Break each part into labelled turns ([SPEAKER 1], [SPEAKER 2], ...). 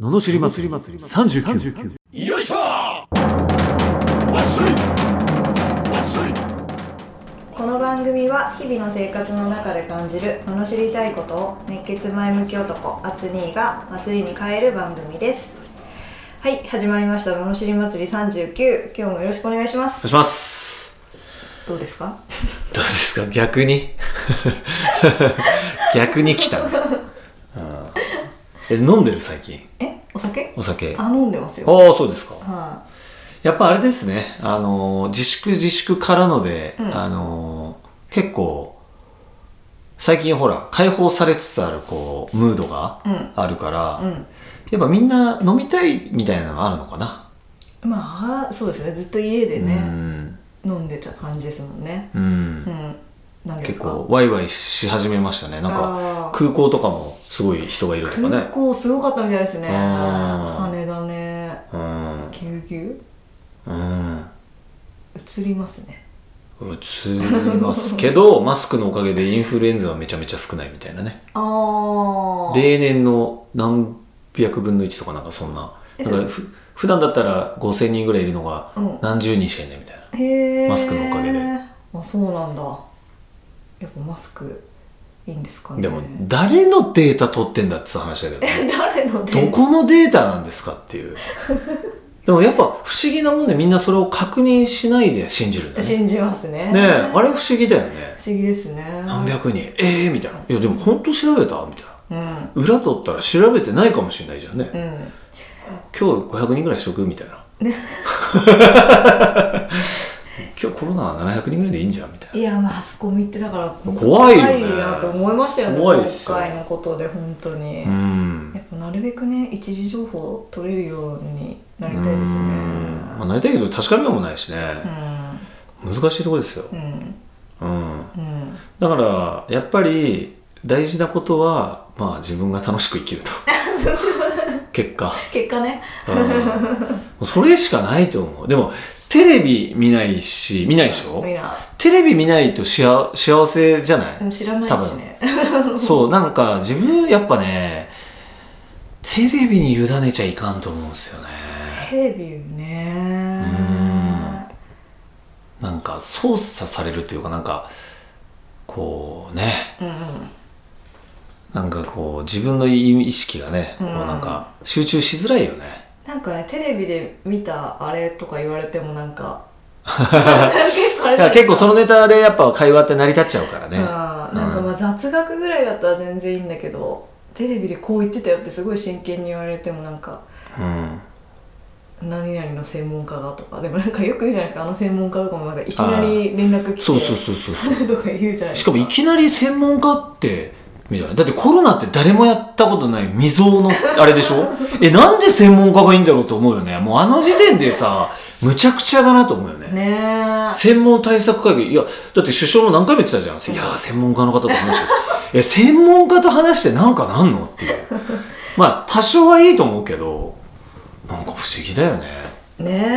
[SPEAKER 1] ののしり祭り39
[SPEAKER 2] よいしょわっしょいわっしょい
[SPEAKER 3] この番組は日々の生活の中で感じる罵りたいことを熱血前向き男アツニーが祭りに変える番組ですはい始まりました罵り祭り39今日もよろしくお願いしま
[SPEAKER 4] お願い
[SPEAKER 3] す
[SPEAKER 4] します。
[SPEAKER 3] どうですか
[SPEAKER 4] どうですか逆に 逆に来たね。うんえ、飲んでる最近。
[SPEAKER 3] えお酒
[SPEAKER 4] お酒。あ
[SPEAKER 3] あ飲んでますよ
[SPEAKER 4] あ、そうですか。
[SPEAKER 3] は
[SPEAKER 4] やっぱあれですね。あのー、自粛自粛からので、
[SPEAKER 3] ん
[SPEAKER 4] あのー、結構、最近ほら、解放されつつある、こう、ムードが
[SPEAKER 3] うん
[SPEAKER 4] あるから、
[SPEAKER 3] いうん
[SPEAKER 4] やっぱみんな飲みたいみたいなのがあるのかな。
[SPEAKER 3] まあそうですねずっと家で
[SPEAKER 4] う
[SPEAKER 3] ね
[SPEAKER 4] ん。
[SPEAKER 3] 飲んでた感じですもんね
[SPEAKER 4] うん
[SPEAKER 3] う。ん何です
[SPEAKER 4] 結
[SPEAKER 3] か
[SPEAKER 4] 構、ワイワイし始めましたね。なん
[SPEAKER 3] あ
[SPEAKER 4] か、
[SPEAKER 3] ー
[SPEAKER 4] 空港とかもすごい人がいるとかね。
[SPEAKER 3] 空港すごかったみたいですね
[SPEAKER 4] あー
[SPEAKER 3] 羽田ね
[SPEAKER 4] うん
[SPEAKER 3] ぎゅうぎゅ
[SPEAKER 4] うん
[SPEAKER 3] う映りますね
[SPEAKER 4] うつりますけど マスクのおかげでインフルエンザはめちゃめちゃ少ないみたいなね
[SPEAKER 3] あー
[SPEAKER 4] 例年の何百分の1とかなんかそんな
[SPEAKER 3] え
[SPEAKER 4] だからふ普段だったら5000人ぐらいいるのが
[SPEAKER 3] うん
[SPEAKER 4] 何十人しかいないみたいな、
[SPEAKER 3] へー
[SPEAKER 4] マスクのおかげで
[SPEAKER 3] あそうなんだやっぱマスクいいんですかね
[SPEAKER 4] でも誰のデータ取ってんだって話だけどね
[SPEAKER 3] え 誰ので
[SPEAKER 4] どこのデータなんですかっていうでもやっぱ不思議なもんでみんなそれを確認しないで信じるんだね
[SPEAKER 3] 信じます
[SPEAKER 4] ね
[SPEAKER 3] ね
[SPEAKER 4] え
[SPEAKER 3] 不
[SPEAKER 4] あれ不思議だよね
[SPEAKER 3] 思議ですね
[SPEAKER 4] 何百人ええー、みたいないやでも本当調べたみたいな
[SPEAKER 3] うん
[SPEAKER 4] 裏取ったら調べてないかもしれないじゃんね、
[SPEAKER 3] うん
[SPEAKER 4] 今日500人ぐらいしとくみたいな 今日コロナは700人ぐらいでいいんじゃんみたいない
[SPEAKER 3] やマスコミってだから
[SPEAKER 4] 怖いよね
[SPEAKER 3] 怖いなと思いましたよね
[SPEAKER 4] 怖いっすよ
[SPEAKER 3] 今回のことで本当に、
[SPEAKER 4] うん
[SPEAKER 3] やっぱなるべくね一時情報を取れるようになりたいですね
[SPEAKER 4] うんまあ、なりたいけど確かめようもないしね、
[SPEAKER 3] うん
[SPEAKER 4] 難しいところですよ、
[SPEAKER 3] うん
[SPEAKER 4] うん、
[SPEAKER 3] うん
[SPEAKER 4] だからやっぱり大事なことはまあ自分が楽しく生き ると結果、
[SPEAKER 3] 結果ね
[SPEAKER 4] うんもうそれしかないと思うでもテレビ見ないし見ないでしょ
[SPEAKER 3] みんな
[SPEAKER 4] テレビ見ないと幸幸せじゃない、
[SPEAKER 3] うん知らないしね
[SPEAKER 4] そう、なんか自分やっぱね、テレビに委ねちゃいかんと思うんですよね。
[SPEAKER 3] テレビね
[SPEAKER 4] なんか操作されるというかなんか、こうね、
[SPEAKER 3] うんうん
[SPEAKER 4] なんかこう自分の意識がね、こう
[SPEAKER 3] うん
[SPEAKER 4] なんか集中しづらいよね。
[SPEAKER 3] なんかねテレビで見たあれとか言われてもな んか結構あ
[SPEAKER 4] だ
[SPEAKER 3] れ
[SPEAKER 4] から結構そのネタでやっぱ会話って成り立っちゃうからね。
[SPEAKER 3] うんなんかまあ雑学ぐらいだったら全然いいんだけどテレビでこう言ってたよってすごい真剣に言われてもなんか
[SPEAKER 4] うん。
[SPEAKER 3] 何々の専門家がとかでもなんかよく言うじゃないですかあの専門家とかもなんかいきなり連絡来て
[SPEAKER 4] そうそうそうそうそう。
[SPEAKER 3] とか言うじゃないですか
[SPEAKER 4] しかもいきなり専門家ってみたいなだってコロナって誰もやったことない未曾有のあれでしょ えなんで専門家がいいんだろうと思うよねもうあの時点でさむちゃくちゃだなと思うよね
[SPEAKER 3] ねえ
[SPEAKER 4] 専門対策会議いやだって首相も何回も言ってたじゃんいやー専門家の方と話して いや専門家と話してなんかなんのっていう まあ多少はいいと思うけどなんか不思議だよねう
[SPEAKER 3] ねえ、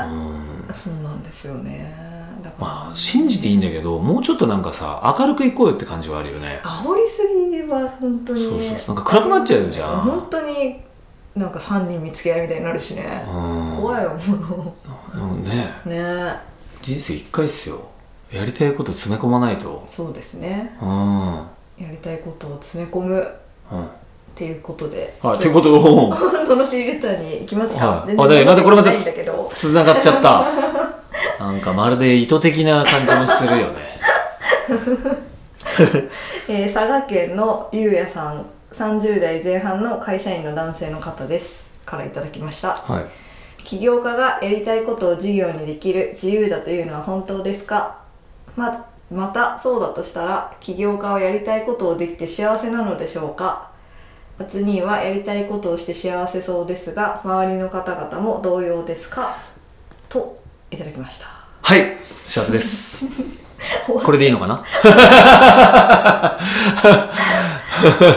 [SPEAKER 4] ん
[SPEAKER 3] そうなんですよねだから、
[SPEAKER 4] まあ信じていいんだけどもうちょっとなんかさ明るくいこうよって感じはあるよね
[SPEAKER 3] 煽りすぎは本当に
[SPEAKER 4] そうそうそうなんか暗くなっちゃうじゃん
[SPEAKER 3] 本当になんか3人見つけ合いみたいになるしね
[SPEAKER 4] うん
[SPEAKER 3] 怖いよも
[SPEAKER 4] うんね
[SPEAKER 3] うね
[SPEAKER 4] 人生一回っすよやりたいこと詰め込まないと
[SPEAKER 3] そうですね
[SPEAKER 4] うんうん
[SPEAKER 3] やりたいことを詰め込む っていうことで
[SPEAKER 4] はいということを
[SPEAKER 3] とのしレターに行きますか、
[SPEAKER 4] はい
[SPEAKER 3] 全
[SPEAKER 4] あだけど
[SPEAKER 3] 楽しく
[SPEAKER 4] またこれまた
[SPEAKER 3] ないんだけど
[SPEAKER 4] つながっちゃったなんかまるで意図的な感じもするよ ね
[SPEAKER 3] えー佐賀県のゆうやさん30代前半の会社員の男性の方ですからいただきました
[SPEAKER 4] はい
[SPEAKER 3] 起業家がやりたいことを事業にできる自由だというのは本当ですかままたそうだとしたら起業家はやりたいことをできて幸せなのでしょうか初にはやりたいことをして幸せそうですが周りの方々も同様ですかといただきました
[SPEAKER 4] はい幸せ ですこれでいいのかな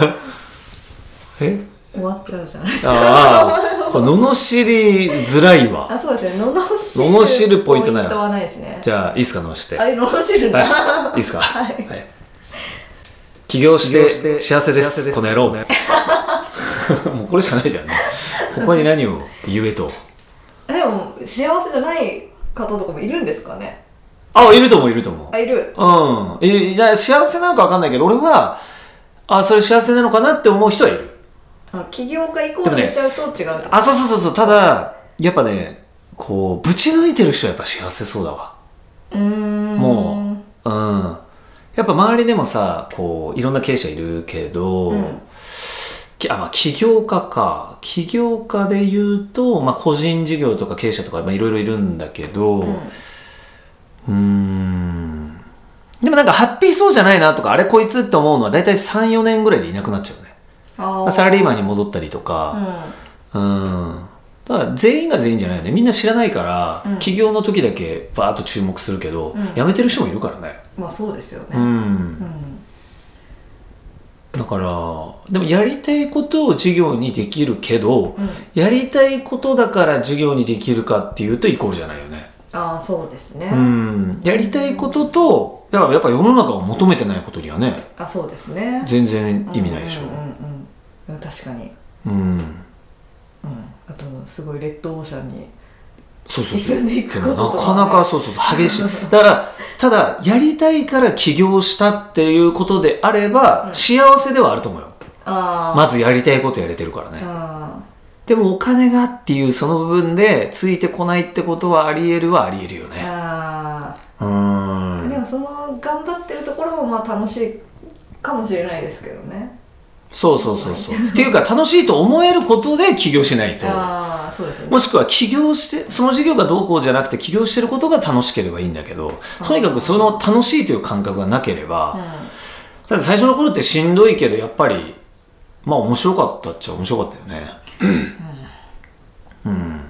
[SPEAKER 4] え
[SPEAKER 3] 終わっちゃうじゃないですか
[SPEAKER 4] ああこれ罵りづらいわ
[SPEAKER 3] あそうですねののし
[SPEAKER 4] 罵
[SPEAKER 3] る
[SPEAKER 4] るポイントない
[SPEAKER 3] はないですね
[SPEAKER 4] じゃあいいっすか罵して
[SPEAKER 3] あののしるな、
[SPEAKER 4] はい、いいですか、
[SPEAKER 3] は
[SPEAKER 4] はいい起業して幸せですこの野郎 もうこれしかないじゃんね他に何を言えと
[SPEAKER 3] でも幸せじゃない方とかもいるんですかね
[SPEAKER 4] あいると思ういると思う
[SPEAKER 3] あいる
[SPEAKER 4] うんえいや幸せなのか分かんないけど俺はあそれ幸せなのかなって思う人はいる
[SPEAKER 3] あ起業家イコールにしちゃうと違うってこと
[SPEAKER 4] あそうそうそうそうただやっぱねこうぶち抜いてる人はやっぱ幸せそうだわ
[SPEAKER 3] うーん
[SPEAKER 4] もう、うん。やっぱ周りでもさ、こう、いろんな経営者いるけど、
[SPEAKER 3] うん
[SPEAKER 4] きあ、まあ、起業家か。起業家で言うと、まあ、個人事業とか経営者とか、まあ、いろいろいるんだけど、
[SPEAKER 3] うん
[SPEAKER 4] うーん。でもなんか、ハッピーそうじゃないなとか、あれこいつって思うのは、だいたい3、4年ぐらいでいなくなっちゃうね。
[SPEAKER 3] あ
[SPEAKER 4] サラリーマンに
[SPEAKER 3] も
[SPEAKER 4] 戻ったりとか、
[SPEAKER 3] う
[SPEAKER 4] うん。だから全員が全員じゃないよね。みんな知らないから、
[SPEAKER 3] うん
[SPEAKER 4] 起業の時だけバーッと注目するけど、
[SPEAKER 3] うん
[SPEAKER 4] 辞めてる人もいるからね。
[SPEAKER 3] んまあそうですよ
[SPEAKER 4] う
[SPEAKER 3] ね
[SPEAKER 4] ん
[SPEAKER 3] う。ん
[SPEAKER 4] だから、でもやりたいことを授業にできるけど、
[SPEAKER 3] うん
[SPEAKER 4] やりたいことだから授業にできるかっていうとイコールじゃないよね。
[SPEAKER 3] ああそうですね
[SPEAKER 4] うん。やりたいことと、いややっぱ世の中を求めてないことにはね、
[SPEAKER 3] あそうですね
[SPEAKER 4] 全然意味ないでしょ
[SPEAKER 3] うん。うんうんうん確かに
[SPEAKER 4] うん。
[SPEAKER 3] うんあとすごいレッドオーシャンに
[SPEAKER 4] そうそうそう。
[SPEAKER 3] 進んでい
[SPEAKER 4] で
[SPEAKER 3] く
[SPEAKER 4] も
[SPEAKER 3] ことと
[SPEAKER 4] なかなかそうそうそう激しい。だから、ただ、やりたいから起業したっていうことであれば、
[SPEAKER 3] うん
[SPEAKER 4] 幸せではあると思うよ。
[SPEAKER 3] ああ
[SPEAKER 4] まずやりたいことやれてるからね。
[SPEAKER 3] あ
[SPEAKER 4] でもお金がっていうその部分でついてこないってことはあり得るはあり得るよ
[SPEAKER 3] ー
[SPEAKER 4] ね。
[SPEAKER 3] あ
[SPEAKER 4] う
[SPEAKER 3] ーで
[SPEAKER 4] ん。
[SPEAKER 3] もその頑張ってるところもまあ楽しいかもしれないですけどね
[SPEAKER 4] そうそうそうそう。っていうか楽しいと思えることで起業しないと。
[SPEAKER 3] ああそうですよね
[SPEAKER 4] もしくは起業して、その事業がどうこうじゃなくて起業してることが楽しければいいんだけど、とにかくその楽しいという感覚がなければ、だって最初の頃ってしんどいけどやっぱりまあ面白かったっちゃ面白かったよねうん、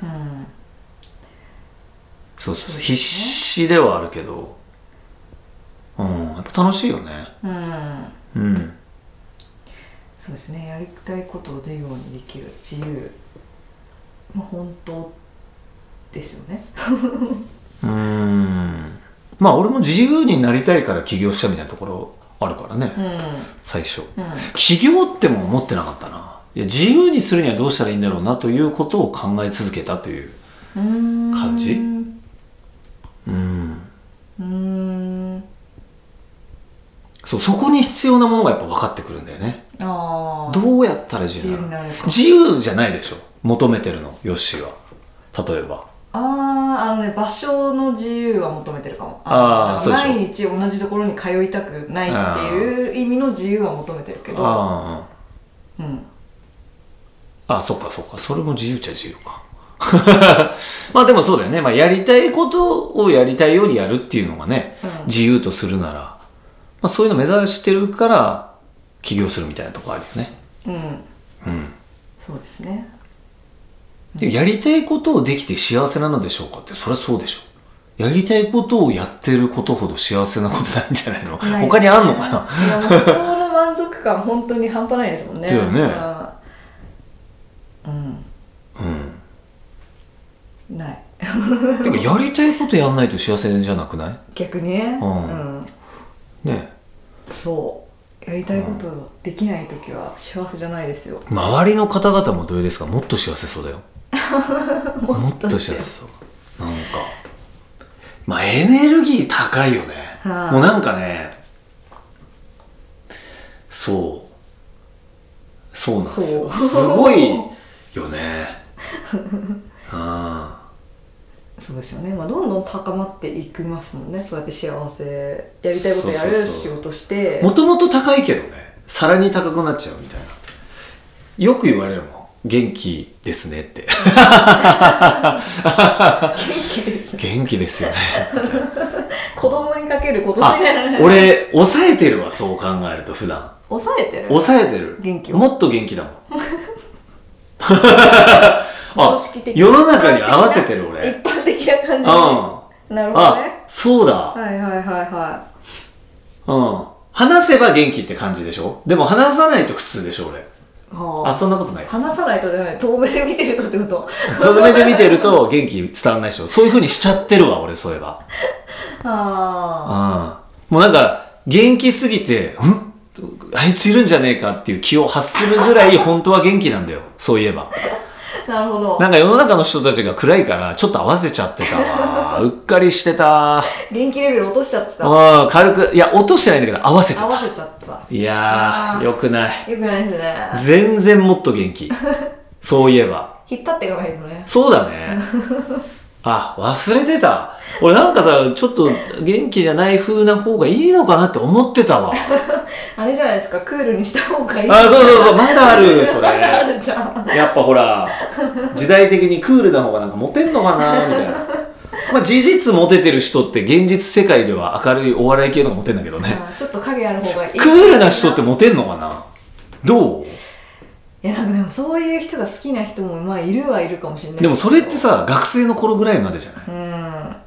[SPEAKER 4] そうそうそう必死ではあるけどうんやっぱ楽しいよね
[SPEAKER 3] うん、うん、
[SPEAKER 4] うん
[SPEAKER 3] そうですねやりたいことを自由にできる自由まあ本当ですよね
[SPEAKER 4] うんまあ俺も自由になりたいから起業したみたいなところあるからね、
[SPEAKER 3] うん
[SPEAKER 4] 最初
[SPEAKER 3] うん
[SPEAKER 4] 起業っても思ってなかったないや自由にするにはどうしたらいいんだろうなということを考え続けたという
[SPEAKER 3] うーん
[SPEAKER 4] 感じ
[SPEAKER 3] う
[SPEAKER 4] うん
[SPEAKER 3] ーん
[SPEAKER 4] そう、そこに必要なものがやっぱ分かってくるんだよね。
[SPEAKER 3] ああ
[SPEAKER 4] どうやったら自
[SPEAKER 3] 自
[SPEAKER 4] 由
[SPEAKER 3] 由
[SPEAKER 4] なの
[SPEAKER 3] になるか
[SPEAKER 4] 自由じゃないでしょ。求めてるの、ヨッシーは。例えば。
[SPEAKER 3] あーあのね場所の自由は求めてるかも
[SPEAKER 4] あー
[SPEAKER 3] の
[SPEAKER 4] そうでしょ
[SPEAKER 3] 毎日同じところに通いたくないっていう意味の自由は求めてるけど
[SPEAKER 4] あ
[SPEAKER 3] うん
[SPEAKER 4] あ、あ、そっかそっか。それも自由っちゃ自由か。 まあでもそうだよね。まあやりたいことをやりたいようにやるっていうのがね、
[SPEAKER 3] うん
[SPEAKER 4] 自由とするなら、まあそういうの目指してるから、起業するみたいなとこあるよね。
[SPEAKER 3] うん
[SPEAKER 4] うん。
[SPEAKER 3] そうですね
[SPEAKER 4] でもやりたいことをできて幸せなのでしょうかって、そりゃそうでしょ。やりたいことをやってることほど幸せなことないんじゃないの
[SPEAKER 3] ないですね
[SPEAKER 4] 他にあんのかない
[SPEAKER 3] やもうそこの満足感本当に半端ないですもんね
[SPEAKER 4] だよねう
[SPEAKER 3] うんない
[SPEAKER 4] ん。てか、やりたいことやんないと幸せじゃなくない
[SPEAKER 3] 逆にね
[SPEAKER 4] う
[SPEAKER 3] うんん、
[SPEAKER 4] ね
[SPEAKER 3] そうやりたいことできない時は幸せじゃないですよ
[SPEAKER 4] え周りの方々もどうですかもっと幸せそうだよ。 もっと幸せそう。なんか。まあ、エネルギー高いよね。
[SPEAKER 3] はい
[SPEAKER 4] もうなんかね、そう。そうなんですよ。
[SPEAKER 3] そう
[SPEAKER 4] すごいよ ね。あ
[SPEAKER 3] そうですよね、まあ、どんどん高まっていきますもんねそうやって幸せやりたいことや
[SPEAKER 4] そう
[SPEAKER 3] る
[SPEAKER 4] そうそう
[SPEAKER 3] 仕事して
[SPEAKER 4] あ。もともと高いけどね、さらに高くなっちゃうみたいな。よく言われるもん。元気ですねって。
[SPEAKER 3] 元気ですね
[SPEAKER 4] 元気ですよね。
[SPEAKER 3] 子供にかける子供
[SPEAKER 4] あ
[SPEAKER 3] みたいな、
[SPEAKER 4] 俺、抑えてるわ、そう考えると、普段。
[SPEAKER 3] 抑えてる
[SPEAKER 4] 抑えてる。
[SPEAKER 3] 元気を
[SPEAKER 4] もっと元気だ もん。あ
[SPEAKER 3] 常識、的
[SPEAKER 4] 世の中に合わせてる、俺。うん
[SPEAKER 3] 一。般的な感じ、
[SPEAKER 4] あ、
[SPEAKER 3] なるほどね
[SPEAKER 4] そうだ。
[SPEAKER 3] はいはいはいは
[SPEAKER 4] うん。話せば元気って感じでしょでも話さないと普通でしょ、俺。
[SPEAKER 3] いはあ
[SPEAKER 4] あ、そんなことない。
[SPEAKER 3] 話さないとじゃない遠目で見てるとって こと
[SPEAKER 4] その目で見てると元気伝わんないでしょ。そういう風にしちゃってるわ、俺、そういえば。
[SPEAKER 3] あ
[SPEAKER 4] ああ。もうなんか、元気すぎて、んあいついるんじゃねえかっていう気を発するぐらい本当は元気なんだよそういえば
[SPEAKER 3] なるほど
[SPEAKER 4] なんか世の中の人たちが暗いからちょっと合わせちゃってたわうっかりしてた
[SPEAKER 3] 元気レベル落としちゃってた合
[SPEAKER 4] うん軽くいや落としてないんだけど合わせてた
[SPEAKER 3] わせちゃった
[SPEAKER 4] いや
[SPEAKER 3] あ
[SPEAKER 4] ー
[SPEAKER 3] ー
[SPEAKER 4] よくない
[SPEAKER 3] よくないですね
[SPEAKER 4] 全然もっと元気そういえば
[SPEAKER 3] 引っ張っていかないとね
[SPEAKER 4] そうだねあ忘れてた俺なんかさちょっと元気じゃない風な方がいいのかなって思ってたわ
[SPEAKER 3] あれじゃないですかクールにした方がいい
[SPEAKER 4] あそうそうそうまだあるそれ
[SPEAKER 3] ま だあるじゃん
[SPEAKER 4] やっぱほら時代的にクールな方がなんかモテんのかなみたいなまあ事実モテてる人って現実世界では明るいお笑い系の方がモテんだけどね
[SPEAKER 3] あちょっと影ある方がいい
[SPEAKER 4] クールな人ってモテんのかなどう
[SPEAKER 3] いやなんかでもそういう人が好きな人もまあいるはいるかもしれない
[SPEAKER 4] でもそれってさ学生の頃ぐらいまでじゃない
[SPEAKER 3] うんあ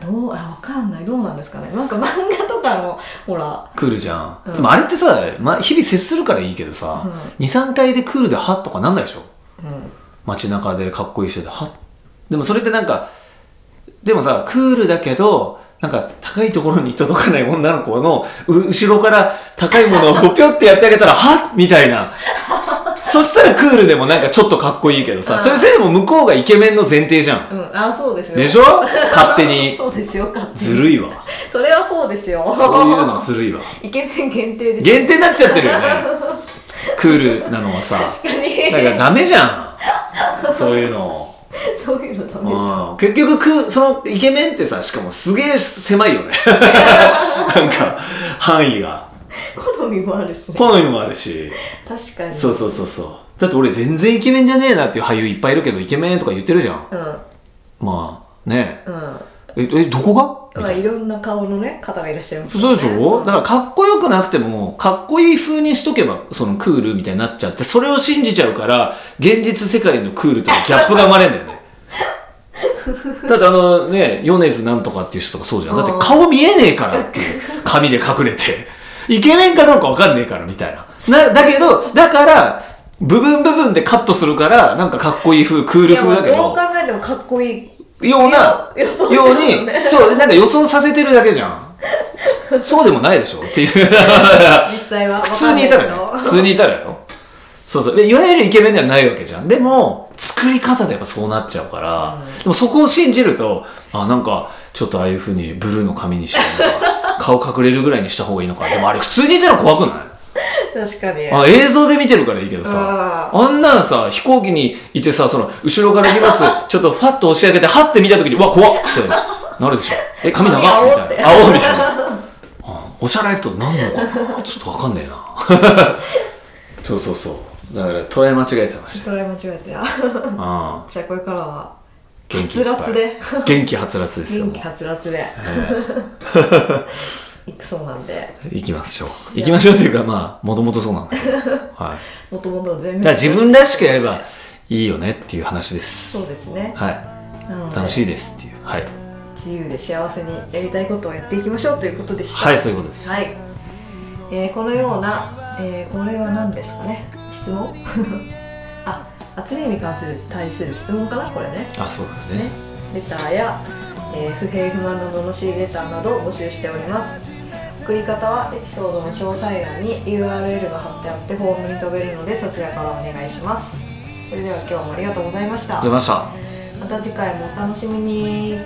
[SPEAKER 3] どうあわかんないどうなんですかねなんか漫画とかのほら
[SPEAKER 4] クールじゃん、
[SPEAKER 3] うん
[SPEAKER 4] でもあれってさ、ま、日々接するからいいけどさ、23回でクールで「はっ」とかなんないでしょ
[SPEAKER 3] うん
[SPEAKER 4] 街中でかっこいい人で「はっ」でもそれってなんかでもさクールだけどなんか高いところに届かない女の子のう後ろから高いものをこうぴょってやってあげたら「はっ」みたいなそしたらクールでもなんかちょっとかっこいいけどさ
[SPEAKER 3] あー
[SPEAKER 4] それせいでも向こうがイケメンの前提じゃん
[SPEAKER 3] うんあそうですよ
[SPEAKER 4] でしょ勝手に
[SPEAKER 3] そうですよ勝手に
[SPEAKER 4] ずるいわ
[SPEAKER 3] それはそうですよ
[SPEAKER 4] そういうのはずるいわ
[SPEAKER 3] イケメン限定です
[SPEAKER 4] 限定になっちゃってるよねクールなのはさ
[SPEAKER 3] 確かに
[SPEAKER 4] だからダメじゃんそういうの
[SPEAKER 3] そういうのダメじゃん
[SPEAKER 4] うん結局くそのイケメンってさしかもすげえ狭いよねなんか範囲が
[SPEAKER 3] 好みもあるしね
[SPEAKER 4] 好みもあるし
[SPEAKER 3] 確かに
[SPEAKER 4] そうそうそうそうだって俺全然イケメンじゃねえなっていう俳優いっぱいいるけどイケメンとか言ってるじゃん
[SPEAKER 3] うんうん
[SPEAKER 4] まあね
[SPEAKER 3] ま
[SPEAKER 4] ええどこがみ
[SPEAKER 3] あ
[SPEAKER 4] たいない
[SPEAKER 3] ろんな顔のね方がいらっしゃいます
[SPEAKER 4] そうでしょ
[SPEAKER 3] ん
[SPEAKER 4] だからかっこよくなくてもかっこいい風にしとけばそのクールみたいになっちゃってそれを信じちゃうから現実世界のクールとのギャップが生まれるんだよ ねだってあのね米津なんとかっていう人とかそうじゃんだって顔見えねえからっていう髪で隠れてイケメンかどうかわかんねえからみたいななだけどだから部分部分でカットするからなんかかっこいい風クール風だけ
[SPEAKER 3] いやも
[SPEAKER 4] ど
[SPEAKER 3] うどう考えてもかっこいい
[SPEAKER 4] ような
[SPEAKER 3] 予想
[SPEAKER 4] よう
[SPEAKER 3] しますよ
[SPEAKER 4] に
[SPEAKER 3] ね
[SPEAKER 4] そうなんか予想させてるだけじ ゃんそうでもないでしょっていう
[SPEAKER 3] 実際は
[SPEAKER 4] 普通にいたら
[SPEAKER 3] わか
[SPEAKER 4] よ
[SPEAKER 3] んない
[SPEAKER 4] 普
[SPEAKER 3] けど
[SPEAKER 4] 通にいたらよそうそうでいわゆるイケメンではないわけじゃんでも作り方でやっぱそうなっちゃうから、でもそこを信じるとあなんかちょっとああいうふうにブルーの髪にして顔隠れるぐらいにした方がいいのかでもあれ普通にいたら怖くない
[SPEAKER 3] 確かに
[SPEAKER 4] あ映像で見てるからいいけどさ
[SPEAKER 3] あ
[SPEAKER 4] あんなんさ飛行機にいてさその後ろから荷 物ちょっとファッと押し上げてハッて見た時にうわ怖っってなるでしょえ髪長っ
[SPEAKER 3] 髪青
[SPEAKER 4] みたい
[SPEAKER 3] って
[SPEAKER 4] な青みたいなあおしゃれとなんのか なちょっとわかんねえなそうそうそうだから捉え間違えてました
[SPEAKER 3] それ間違えてた
[SPEAKER 4] ああ
[SPEAKER 3] じゃあこれからは
[SPEAKER 4] 元
[SPEAKER 3] は
[SPEAKER 4] 気いっ
[SPEAKER 3] つ
[SPEAKER 4] ぱい
[SPEAKER 3] らつで
[SPEAKER 4] 元気はつらつですよ
[SPEAKER 3] 元
[SPEAKER 4] も
[SPEAKER 3] 気はつらつでいくそうなんで
[SPEAKER 4] う行きましょう行きましょうというかまあもともとそうなんだ けど、はい、だか
[SPEAKER 3] もともと全面
[SPEAKER 4] ら自分らしくやればいいよねっていう話です
[SPEAKER 3] そうですね
[SPEAKER 4] はい
[SPEAKER 3] なので
[SPEAKER 4] 楽しいですっていうはい、
[SPEAKER 3] 自由で幸せにやりたいことをやっていきましょうということでした
[SPEAKER 4] はい、そういうことです、
[SPEAKER 3] はい、えーこのような、えーこれは何ですかね質問 あ熱いに関する対する質問かなこれね
[SPEAKER 4] あそうだね
[SPEAKER 3] ねレターや、えー不平不満の罵りレターなどを募集しております送り方はエピソードの詳細欄に URL が貼ってあってフォームに飛べるのでそちらからお願いしますそれでは今日もありがとうございました
[SPEAKER 4] 出ました
[SPEAKER 3] また次回もお楽しみに